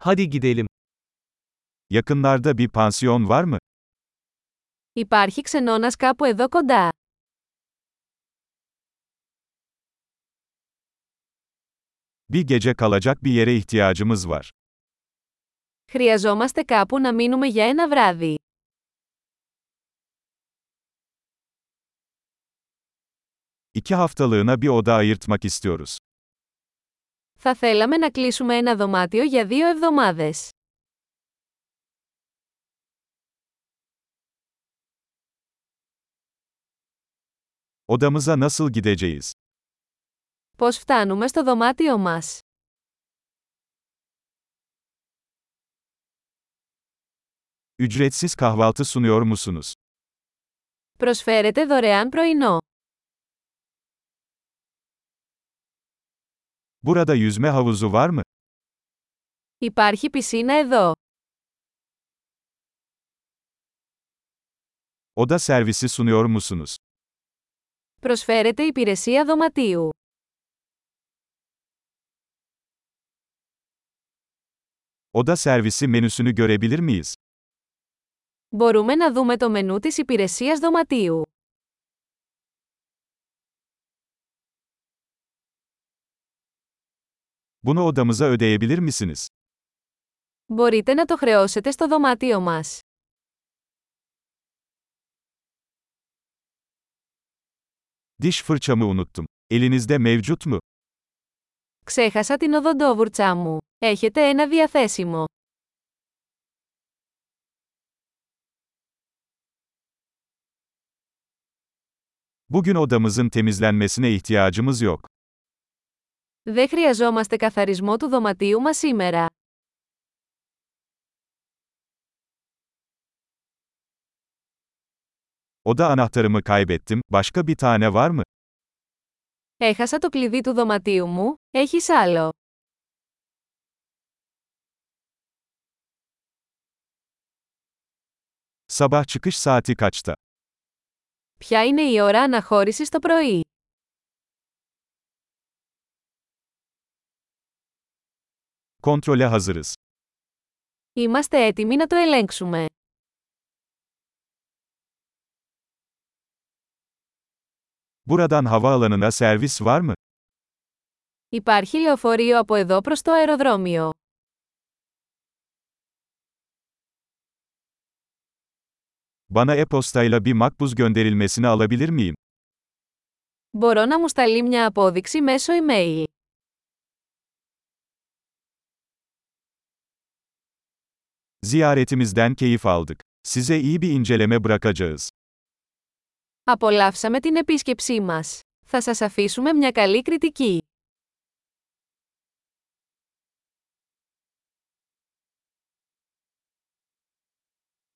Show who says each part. Speaker 1: Hadi gidelim. Yakınlarda bir pansiyon var mı?
Speaker 2: Υπάρχει ξενώνας κάπου εδώ κοντά.
Speaker 1: Bir gece kalacak bir yere ihtiyacımız var.
Speaker 2: Χρειαζόμαστε κάπου να μείνουμε για ένα βράδυ.
Speaker 1: İki haftalığına bir oda ayırtmak istiyoruz.
Speaker 2: Θα θέλαμε να κλείσουμε ένα δωμάτιο για δύο εβδομάδες.
Speaker 1: Odamıza nasıl gideceğiz?
Speaker 2: Πώς φτάνουμε στο δωμάτιο μας.
Speaker 1: Ücretsiz kahvaltı sunuyor musunuz?
Speaker 2: Προσφέρετε δωρεάν πρωινό.
Speaker 1: Burada yüzme havuzu var mı?
Speaker 2: Υπάρχει πισίνα εδώ.
Speaker 1: Oda servisi sunuyor musunuz?
Speaker 2: Προσφέρετε υπηρεσία δωματίου.
Speaker 1: Oda servisi menüsünü görebilir miyiz?
Speaker 2: Μπορούμε να δούμε το μενού της υπηρεσίας δωματίου.
Speaker 1: Bunu odamıza ödeyebilir misiniz?
Speaker 2: Μπορείτε να το χρεώσετε στο δωμάτιο μας.
Speaker 1: Diş fırçamı unuttum. Elinizde mevcut mu?
Speaker 2: Ξέχασα την οδοντόβουρτσά μου. Έχετε ένα διαθέσιμο.
Speaker 1: Bugün odamızın temizlenmesine ihtiyacımız yok.
Speaker 2: Δεν χρειαζόμαστε καθαρισμό του δωματίου μας σήμερα.
Speaker 1: Oda anahtarımı kaybettim. Başka bir tane var mı?
Speaker 2: Έχασα το κλειδί του δωματίου μου, έχεις άλλο.
Speaker 1: Sabah çıkış saati kaçta?
Speaker 2: Ποια είναι η ώρα αναχώρησης το πρωί.
Speaker 1: Kontrole hazırız.
Speaker 2: Είμαστε έτοιμοι να το ελέγξουμε.
Speaker 1: Buradan havaalanına servis var mı?
Speaker 2: Υπάρχει λεωφορείο από εδώ προς το αεροδρόμιο.
Speaker 1: Bana e-postayla bir makbuz gönderilmesini alabilir miyim?
Speaker 2: Μπορώ να μου σταλεί μια απόδειξη μέσω email.
Speaker 1: Ziyaretimizden keyif aldık. Size iyi bir inceleme bırakacağız.
Speaker 2: Απολαύσαμε την επίσκεψή μας. Θα σας αφήσουμε μια καλή κριτική.